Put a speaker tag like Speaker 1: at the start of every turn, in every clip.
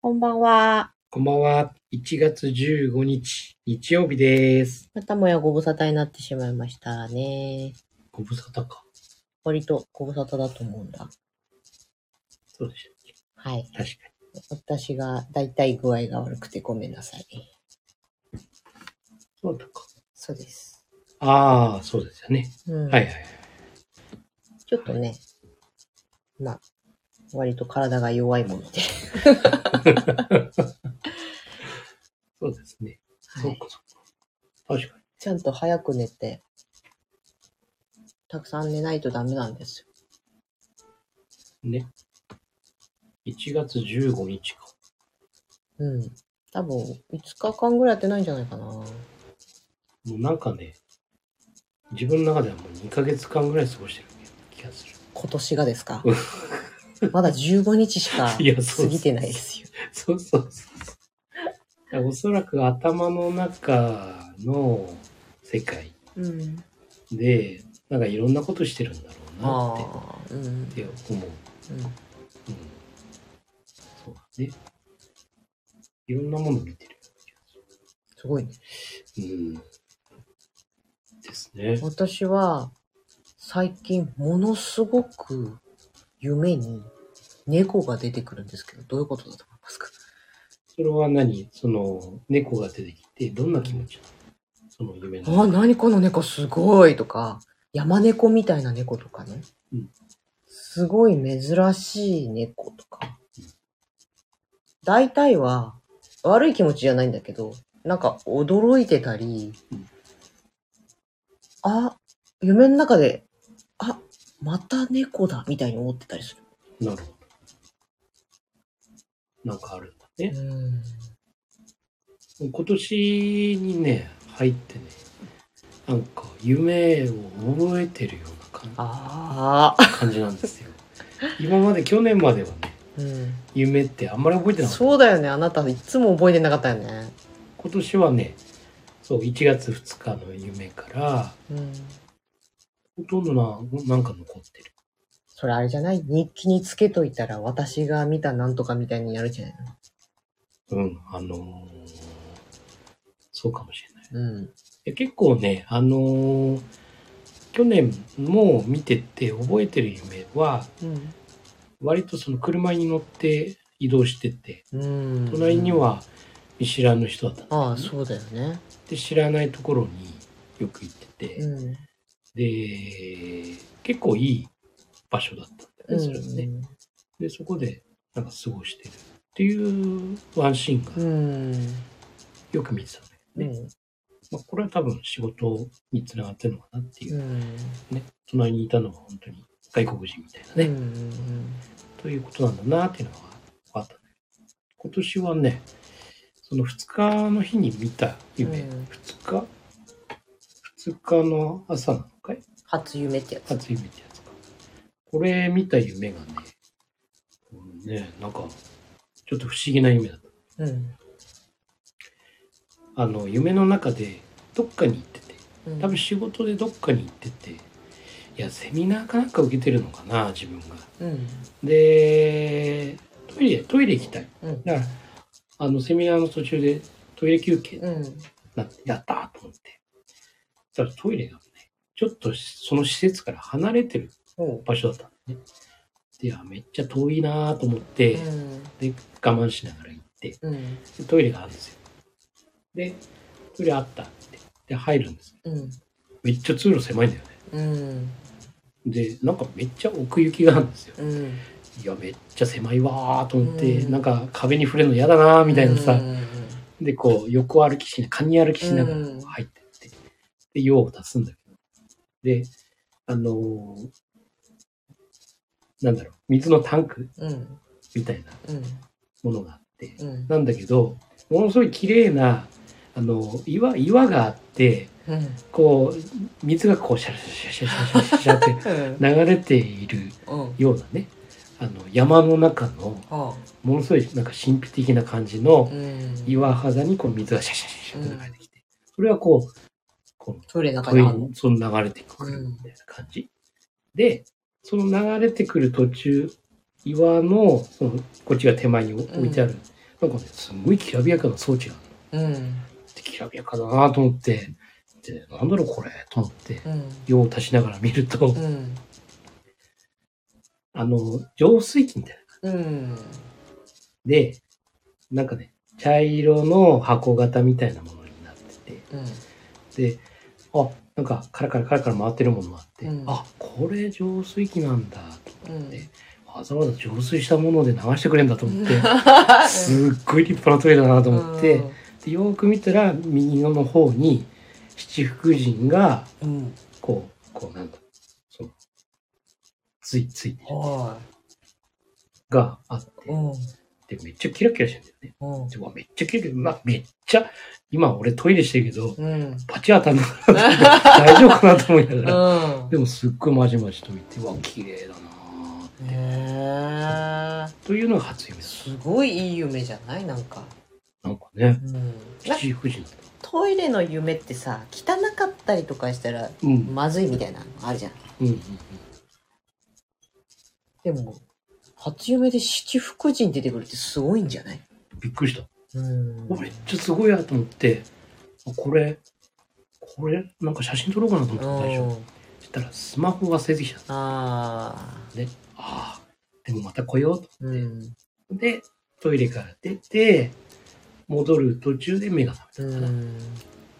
Speaker 1: こんばんは。
Speaker 2: こんばんは。1月15日、日曜日です。
Speaker 1: またもやご無沙汰になってしまいましたね。
Speaker 2: ご無沙汰か。
Speaker 1: 割とご無沙汰だと思うんだ。
Speaker 2: そうでし
Speaker 1: はい。
Speaker 2: た。確か
Speaker 1: 私がだいたい具合が悪くてごめんなさい。
Speaker 2: に。そうだか。
Speaker 1: そうです。
Speaker 2: ああ、そうですよね。
Speaker 1: うん。
Speaker 2: はいはい。
Speaker 1: ちょっとね、まあ、割と体が弱いもので。
Speaker 2: そうですね。
Speaker 1: は
Speaker 2: そう
Speaker 1: い。
Speaker 2: かそうか。確かに。
Speaker 1: ちゃんと早く寝て、たくさん寝ないとダメなんですよ。
Speaker 2: ね。1月15日か。
Speaker 1: うん。多分、5日間ぐらいやってないんじゃないかな。
Speaker 2: もうなんかね、自分の中ではもう2ヶ月間ぐらい過ごしてる気がする。
Speaker 1: 今年がですかまだ15日しか
Speaker 2: いやそう
Speaker 1: 過ぎてないですよ。
Speaker 2: そうそうそうそう。おそらく頭の中の世界
Speaker 1: うん。
Speaker 2: で、なんかいろんなことしてるんだろうなっ
Speaker 1: ああ、うん。
Speaker 2: てって思う。
Speaker 1: うん
Speaker 2: うんそうだね。いろんなもの見てる。
Speaker 1: すごいね。
Speaker 2: うん。ですね。
Speaker 1: 私は、最近、ものすごく、夢に、猫が出てくるんですけど、どういうことだと思いますか
Speaker 2: それは何その、猫が出てきて、どんな気持ちなのその夢
Speaker 1: あ
Speaker 2: の。
Speaker 1: あ、何この猫すごいとか、山猫みたいな猫とかね。
Speaker 2: うん
Speaker 1: すごい珍しい猫とか。大体は、悪い気持ちじゃないんだけど、なんか驚いてたり
Speaker 2: うん、
Speaker 1: あ、夢の中で、あ、また猫だ、みたいに思ってたりす
Speaker 2: なるほど。なんかあるんだ
Speaker 1: る。
Speaker 2: ね。
Speaker 1: うん。
Speaker 2: 今年にね、入ってね、なんか夢を覚えてるような感
Speaker 1: ああ。
Speaker 2: 感じなんですよ。今まで、去年まではね、
Speaker 1: うん。
Speaker 2: 夢ってあんまり覚えてなかった。
Speaker 1: そうだよね、あなたいつも覚えてなかったよね。
Speaker 2: 今年はね、そう、1月2日の夢から、
Speaker 1: うん。
Speaker 2: ほとんどな、なんか残ってる。
Speaker 1: それあれじゃない日記につけといたら私が見たなんとかみたいにやるじゃない
Speaker 2: うん、あのーそうかもしれない。
Speaker 1: のうん。
Speaker 2: いや結構ね、あのー去年も見てて覚えてる夢は、
Speaker 1: うん。
Speaker 2: 割とその車に乗って移動してて、
Speaker 1: うん。
Speaker 2: 隣に。は見知らぬ人だったんだよね
Speaker 1: ああ、そうだよね。
Speaker 2: で、知らないところによく行ってて、
Speaker 1: うん。
Speaker 2: で、結構いい場所だったんだよね、それはね。で、そこで、なんか過ごしてるっていうワンシーン
Speaker 1: う
Speaker 2: が
Speaker 1: ん。
Speaker 2: よく見てたの
Speaker 1: う
Speaker 2: よね。
Speaker 1: ん。
Speaker 2: まあ、これは多分仕事につながってるのかなっていうう。
Speaker 1: ん。
Speaker 2: 隣にいたのは本当に外国人みたいな
Speaker 1: う
Speaker 2: ね。
Speaker 1: ん。
Speaker 2: ということなんだなっていうのは分かったね。今年はね、その2日の日に見た夢、
Speaker 1: うん
Speaker 2: 2日 ?2 日の朝なのかい
Speaker 1: 初夢ってやつ。
Speaker 2: 初夢ってやつか。これ見た夢がね、うんね、なんか、ちょっと不思議な夢だった。
Speaker 1: うん。
Speaker 2: あの夢の中でどっかに行ってて
Speaker 1: うん
Speaker 2: 多分仕事でどっかに行ってていやセミナーかなんか受けてるのかな自分が
Speaker 1: うん。
Speaker 2: でトイレトイレ行きたい
Speaker 1: うん。
Speaker 2: だからあのセミナーの途中でトイレ休憩に
Speaker 1: うん。
Speaker 2: なってやったーと思ってそしたらトイレがねちょっとその施設から離れてる
Speaker 1: ほ
Speaker 2: 場所だったんだねでいやめっちゃ遠いなーと思って
Speaker 1: う。うん。
Speaker 2: で我慢しながら行って
Speaker 1: うん。
Speaker 2: でトイレがあるんですよでトイレあったってで入るんです
Speaker 1: うん。
Speaker 2: めっちゃ通路狭いんだよね。
Speaker 1: うん。
Speaker 2: で、なんかめっちゃ奥行きがあるんですよ。
Speaker 1: うん。
Speaker 2: いや、めっちゃ狭いわーと思って、
Speaker 1: うん
Speaker 2: なんか壁に触れるの嫌だなーみたいなさ、
Speaker 1: うん。
Speaker 2: で、こう、横歩きしな、カニ歩きしながら
Speaker 1: うん
Speaker 2: 入ってって、で、用を足すんだけど。で、あのーなんだろう、水のタンク
Speaker 1: うん。
Speaker 2: みたいな
Speaker 1: うん。
Speaker 2: ものがあって、
Speaker 1: うん。
Speaker 2: なんだけど、ものすごい綺麗な、あの、岩、岩があって、
Speaker 1: うん。
Speaker 2: こう、水がこう、シャラシャラシャラシャラシャラシャラって
Speaker 1: うん。
Speaker 2: 流れている
Speaker 1: うん。
Speaker 2: ようなねあの山の中の
Speaker 1: あ
Speaker 2: ものすごいなんか神秘的な感じ
Speaker 1: あ。
Speaker 2: の
Speaker 1: うん。
Speaker 2: 岩肌にこう水がシャシャシャシャって流れてきて、それはこうこ
Speaker 1: トイレの
Speaker 2: う
Speaker 1: 中
Speaker 2: トイ
Speaker 1: に
Speaker 2: レ
Speaker 1: あるの
Speaker 2: にその流れてくるみたいな感じ、でその流れてくる途中岩のそのこっちが手前に置いてあるなんかね、すんごいきらびやかな装置があ
Speaker 1: うん。
Speaker 2: って、きらびやかだなと思って、で、なんだろうこれと思って、
Speaker 1: うん。
Speaker 2: 用を足しながら見ると
Speaker 1: う、ん。
Speaker 2: あの、浄水器みたいな。
Speaker 1: うん。
Speaker 2: で、なんかね、茶色の箱型みたいなものになって
Speaker 1: うん。
Speaker 2: て、で、あ、なんかカラカラカラカラ回ってるものもあって、
Speaker 1: うん
Speaker 2: あ、これ浄水器なんだと思って、
Speaker 1: うん
Speaker 2: わざわざ浄水したもので流してくれんだと思 って、すっごい立派なトイレだなと思って、でよーく見たら右の方に七福神が
Speaker 1: うん。
Speaker 2: こうこうなんだそのついつい
Speaker 1: は
Speaker 2: があっ
Speaker 1: い。うん。
Speaker 2: てでめっちゃキラキラしてんだよね
Speaker 1: うん。
Speaker 2: でうわめっちゃキラキラ、まあ、めっちゃ今俺トイレしてるけど
Speaker 1: うん。
Speaker 2: パチ当たんなかった大丈夫かなと思いながら、
Speaker 1: うん。
Speaker 2: でもすっごいまじまじと見てうわ綺麗だなあ
Speaker 1: ねえ。
Speaker 2: というのが初夢です
Speaker 1: すごいいい夢じゃないなんか。
Speaker 2: なんかね
Speaker 1: うん。なんか
Speaker 2: 七福神だっ
Speaker 1: トイレの夢ってさ、汚かったりとかしたら、
Speaker 2: たうんうん
Speaker 1: まずいみたいなのあるじゃん。
Speaker 2: うんうん
Speaker 1: でも、初夢で七福神出てくるってすごいんじゃない
Speaker 2: びっくりした
Speaker 1: うん
Speaker 2: おめっちゃすごいなと思って、あこれ、これ、なんか写真撮ろうかなと思ってたでしょ。
Speaker 1: うん
Speaker 2: そしたらスマホ忘れてきちゃっ
Speaker 1: ああ。
Speaker 2: たんで、ああ、でもまた来ようと。
Speaker 1: うん。
Speaker 2: で、トイレから出て、戻る途中で目が覚
Speaker 1: う
Speaker 2: めたから。
Speaker 1: ん。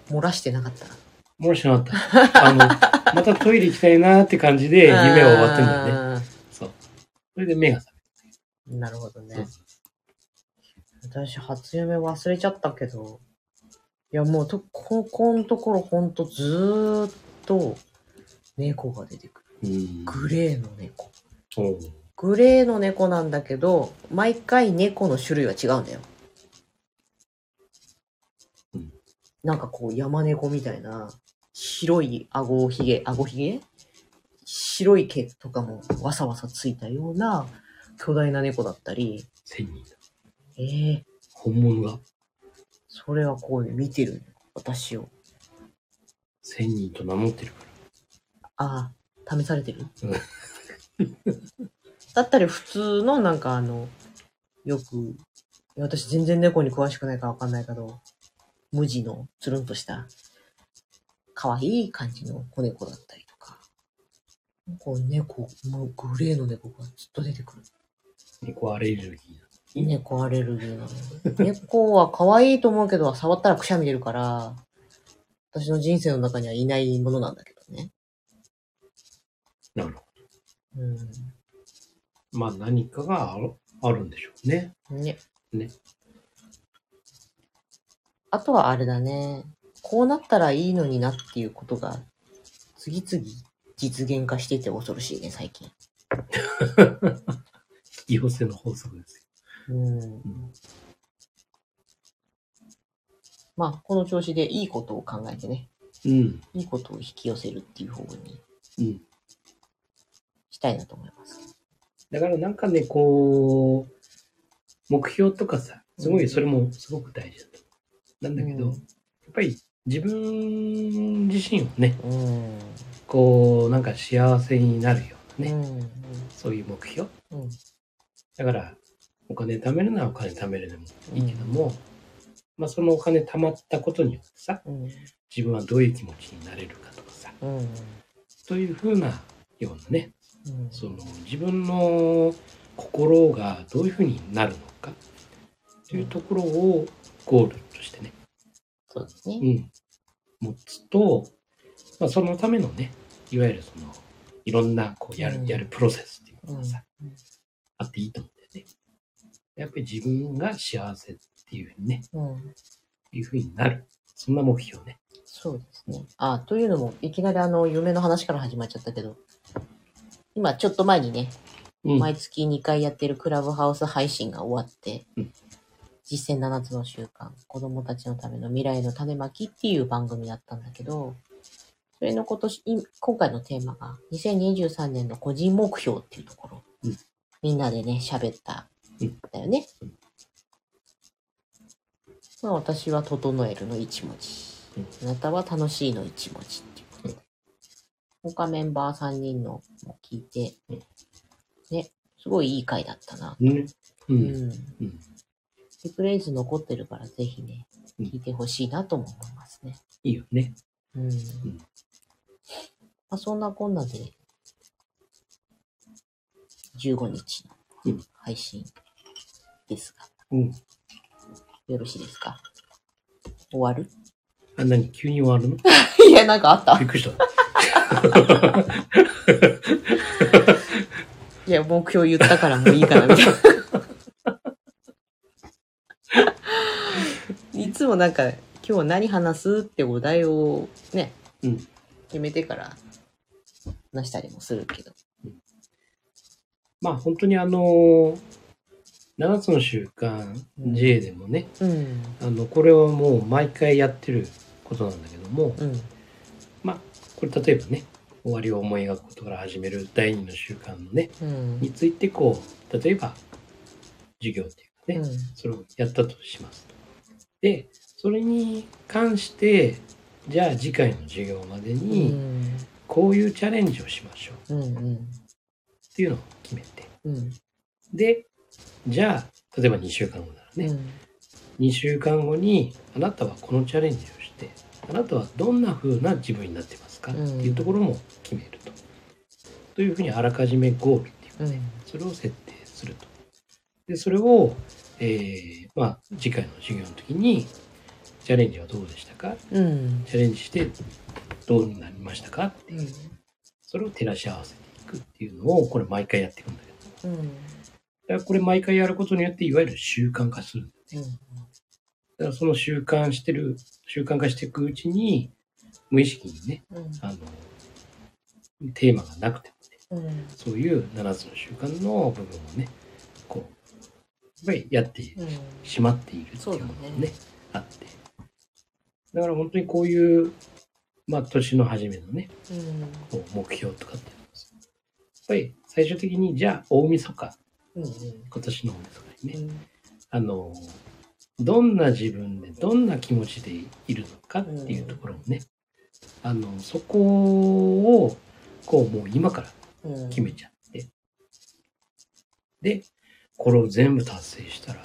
Speaker 1: 漏らしてなかったな。
Speaker 2: もらしてなかった。あの、 またトイレ行きたいなーって感じで、夢は終わってんだよね。
Speaker 1: よね。
Speaker 2: そう。それで目が覚
Speaker 1: なるほど
Speaker 2: め
Speaker 1: ね
Speaker 2: た。。
Speaker 1: 私、初夢忘れちゃったけど、いや、もうと、ここのところほんとずーっと猫が出てくる。
Speaker 2: うん。
Speaker 1: グレーの猫。
Speaker 2: そう
Speaker 1: グレーの猫なんだけど、毎回猫の種類は違うんだよ
Speaker 2: うん。
Speaker 1: なんかこう山猫みたいな、白い顎ひげ、顎ひげ白い毛とかもわさわさついたような巨大な猫だったり、
Speaker 2: 千人だ。
Speaker 1: えー、
Speaker 2: 本物が
Speaker 1: それはこう見てる、私を。
Speaker 2: 千人と名乗ってるから。
Speaker 1: ああ、試されてる
Speaker 2: うん
Speaker 1: だったり普通のなんかあの、よく、いや私全然猫に詳しくないからわかんないけど、無地のつるんとした、可愛い感じの子猫だったりとか。こう猫、もうグレーの猫がずっと出てくる。
Speaker 2: 猫アレルギーだ。
Speaker 1: 猫アレルギーなの。猫は可愛いと思うけど、触ったらくしゃみ出るから、私の人生の中にはいないものなんだけどね。
Speaker 2: なるほど。
Speaker 1: うん。
Speaker 2: まあ何かがあるあるんでしょうね。
Speaker 1: ね。
Speaker 2: ね
Speaker 1: あとはあれだね。こうなったらいいのになっていうことが、次々実現化してて恐ろしいね、最近。
Speaker 2: 引き寄せの法則です
Speaker 1: うん。まあ、この調子でいいことを考えてね、
Speaker 2: よ。うん。
Speaker 1: いいことを引き寄せるっていう方に
Speaker 2: うん。
Speaker 1: したいなと思います。
Speaker 2: だからなんかね、こう、目標とかさ、すご
Speaker 1: う
Speaker 2: い
Speaker 1: ん
Speaker 2: それもすごく大事だと思う。なんだけ
Speaker 1: う
Speaker 2: ど、
Speaker 1: ん
Speaker 2: やっぱり自分自身をね、
Speaker 1: うん。
Speaker 2: こう、なんか幸せになるようなね、
Speaker 1: ね。
Speaker 2: そういう目標。
Speaker 1: うん。
Speaker 2: だから、お金貯めるならお金貯めるでもいいけども、まあそのお金貯まったことによってさ、
Speaker 1: うん。
Speaker 2: 自分はどういう気持ちになれるかとかさ、
Speaker 1: うん。うん。
Speaker 2: というふうなようなね、
Speaker 1: うん。
Speaker 2: その自分の心がどういうふうになるのかというところをゴールとしてね、
Speaker 1: そうですね
Speaker 2: う。ん、持つと、まあ、そのためのねいわゆるそのいろんなこうや
Speaker 1: う
Speaker 2: る,、
Speaker 1: ん
Speaker 2: やるプロセスっていうのがさ、
Speaker 1: うんうん
Speaker 2: あっていいと思うんだよね。やっぱり自分が幸せっていうふうにね
Speaker 1: うん。
Speaker 2: いうふうになるそんな目標ね。
Speaker 1: そうですね。あ、というのも、いきなりあの、夢の話から始まっちゃったけど、今、ちょっと前にね、
Speaker 2: うん、
Speaker 1: 毎月2回やってるクラブハウス配信が終わって、
Speaker 2: うん
Speaker 1: 実践7つの習慣、子供たちのための未来の種まきっていう番組だったんだけど、それの今年、い今回のテーマが、2023年の個人目標っていうところ、
Speaker 2: うん
Speaker 1: みんなでね、喋った、
Speaker 2: うん
Speaker 1: だよね
Speaker 2: うん。
Speaker 1: まあ私は整えるの1文字。あなたは楽しいの1文字っていうことで。他メンバー3人のも聞いて、
Speaker 2: うん
Speaker 1: ね、すごいいい回だったな。
Speaker 2: ね。う。
Speaker 1: うんん。
Speaker 2: うん。
Speaker 1: リプレイズ残ってるから、ぜひね、
Speaker 2: うん
Speaker 1: 聞いてほしいなとも思いますね。
Speaker 2: いいよね。
Speaker 1: うん。まあ、そんなこんなで、15日
Speaker 2: う
Speaker 1: の
Speaker 2: ん
Speaker 1: 配信ですが、
Speaker 2: うん。
Speaker 1: よろしいですか終わる
Speaker 2: あ、何急に終わる の
Speaker 1: いや、なんかあった
Speaker 2: びっくりした。
Speaker 1: いや、目標言ったからもういいかな、みたいな。 いつもなんか、今日は何話すってお題をね、
Speaker 2: うん。
Speaker 1: 決めてから話したりもするけど。
Speaker 2: まあ本当にあのー、7つの習慣
Speaker 1: うん
Speaker 2: J でもね、
Speaker 1: うん。
Speaker 2: あの、これはもう毎回やってることなんだけども、
Speaker 1: うん。
Speaker 2: まあ、これ例えばね、終わりを思い描くことから始める第二の習慣のね、
Speaker 1: うん。
Speaker 2: についてこう、例えば、授業っていうか
Speaker 1: う
Speaker 2: ね、
Speaker 1: ん。
Speaker 2: それをやったとします。で、それに関して、じゃあ次回の授業まで
Speaker 1: う
Speaker 2: に、
Speaker 1: ん。
Speaker 2: こういうチャレンジをしましょう
Speaker 1: うん。うん。
Speaker 2: っていうのを決めて。
Speaker 1: うん。
Speaker 2: で、じゃあ、例えば2週間後ならね、2週間後に、あなたはこのチャレンジをして、あなたはどんな風な自分になってますかっていうところも決めると。というふうにあらかじめゴールってい
Speaker 1: う
Speaker 2: う
Speaker 1: ん。
Speaker 2: それを設定すると。で、それを、えーまあ、次回の授業の時に、チャレンジはどうでしたか
Speaker 1: うん。
Speaker 2: チャレンジしてどうなりましたかっていうう、
Speaker 1: ん。
Speaker 2: それを照らし合わせていくっていうのを、これ毎回やっていくんだけど。
Speaker 1: うん。
Speaker 2: だからこれ毎回やることによって、いわゆる習慣化する。だからその習慣してる、習慣化していくうちに、無意識にね、
Speaker 1: うん。
Speaker 2: あの、テーマがなくてもね、
Speaker 1: うん。
Speaker 2: そういう7つの習慣の部分をね、こう、やっぱりやっている。
Speaker 1: うん。
Speaker 2: しまっているっていうもの
Speaker 1: そう
Speaker 2: が
Speaker 1: だ
Speaker 2: ね
Speaker 1: ね
Speaker 2: あってだから本当にこういう、まあ、年の初めのね
Speaker 1: うん。
Speaker 2: こう目標とかっていうのはやっぱり最終的にじゃあ大晦日
Speaker 1: うん。
Speaker 2: 今年の大晦日にねあのどんな自分でどんな気持ちでいるのかっていうところをね、あのそこをこうもう今から
Speaker 1: うん。
Speaker 2: 決めちゃって。で、これを全部達成したら、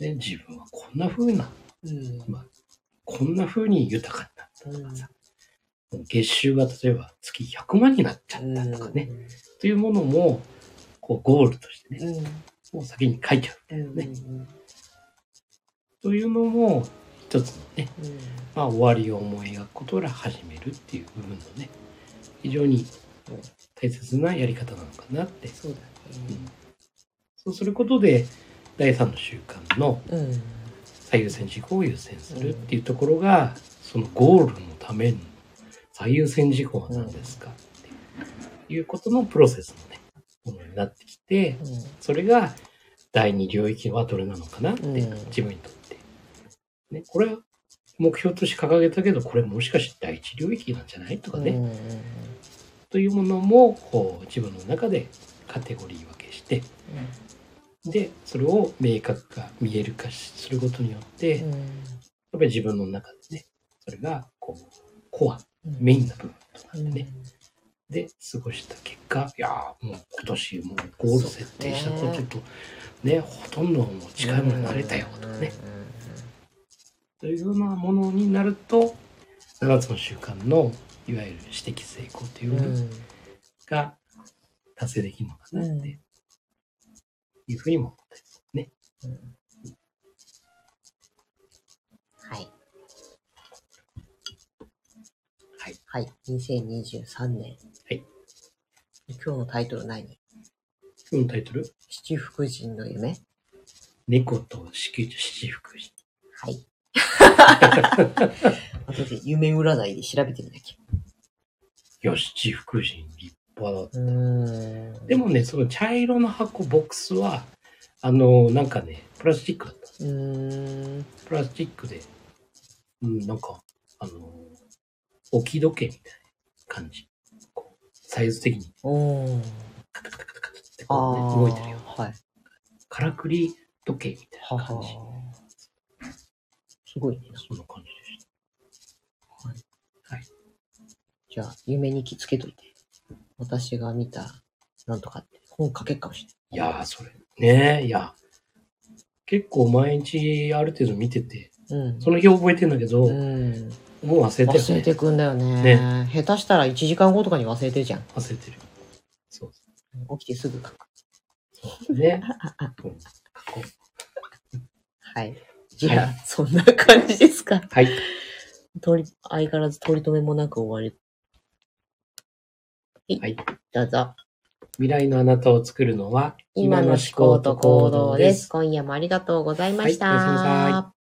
Speaker 2: ね、自分はこんな風な、
Speaker 1: うん。
Speaker 2: こんな風に豊かになっ
Speaker 1: うん。
Speaker 2: た。月収が例えば月100万になっちゃったとかね、というものも、こうゴールとしてね、
Speaker 1: うん。うん。
Speaker 2: もう先に書いちゃう。
Speaker 1: うん。
Speaker 2: ねというのも、一つのね、まあ終わりを思い描くことから始めるっていう部分のね、非常に大切なやり方なのかなって。
Speaker 1: そう
Speaker 2: そうすることで、第3の習慣の
Speaker 1: だね。
Speaker 2: 最優先事項を優先するっていうところが、そのゴールのための最優先事項は何ですかっていうことのプロセスのね、ものになってきて、
Speaker 1: うん。
Speaker 2: それが第二領域はどれなのかなって、
Speaker 1: うん
Speaker 2: 自分にとって。ね、これは目標として掲げたけど、これもしかして第一領域なんじゃないとかね、
Speaker 1: うん。
Speaker 2: というものも、こう、自分の中でカテゴリー分けして、で、それを明確化、見える化することによって、やっぱり自分の中でね、それがこう、コア、メインな部分となってね、で、過ごした結果、いやーもう今年もうゴール設定したことと、ね、ほとんどもう近いものになれたよとかね、。というようなものになると、7つの習慣の、いわゆる私的成功といううの
Speaker 1: ん。
Speaker 2: が達成できるのかなっていうふうにも思ったりするね。
Speaker 1: はい。
Speaker 2: はい。
Speaker 1: はい。2023年。
Speaker 2: はい。
Speaker 1: 今日のタイトル何
Speaker 2: 今日のタイトル、
Speaker 1: 七福神の夢
Speaker 2: 猫と七福神。
Speaker 1: はい。後で夢占いで調べてみなき
Speaker 2: いや、七福神立派だ
Speaker 1: ゃ。うん
Speaker 2: でもね、その茶色の箱、ボックスは、あの、なんかね、プラスチックだったんです。
Speaker 1: うん。
Speaker 2: プラスチックで、うん、なんか、あの、置き時計みたいな感じ。こう、サイズ的に、
Speaker 1: おー。
Speaker 2: カタカタカタカタって
Speaker 1: あ
Speaker 2: こう、ね、動いてるよ。
Speaker 1: はい。
Speaker 2: からくり時計みたい
Speaker 1: は
Speaker 2: な感じ。
Speaker 1: は。すごいね。
Speaker 2: そんな感じでした。
Speaker 1: じゃあ、夢に気つけといて。私が見た、なんとかって、本書けっかもし
Speaker 2: いやー、それ。ねえ、いや。結構毎日ある程度見てて、
Speaker 1: うん。
Speaker 2: その日覚えてんだけど、
Speaker 1: うん。
Speaker 2: もう忘れてる、
Speaker 1: 忘れ
Speaker 2: ね。
Speaker 1: てくんだよね。下手したら1時間後とかに忘れてるじゃん。
Speaker 2: 忘れてる。そう
Speaker 1: 起きてすぐ書く。
Speaker 2: そうね。うん
Speaker 1: はい。じゃあ、そんな感じですか。
Speaker 2: はい。
Speaker 1: 取り、相変わらず取り留めもなく終わり。
Speaker 2: はい。
Speaker 1: どうぞ。
Speaker 2: 未来のあなたを作るのは、
Speaker 1: 今の思考と行動です。今夜もありがとうございました。
Speaker 2: はいおやすみなさい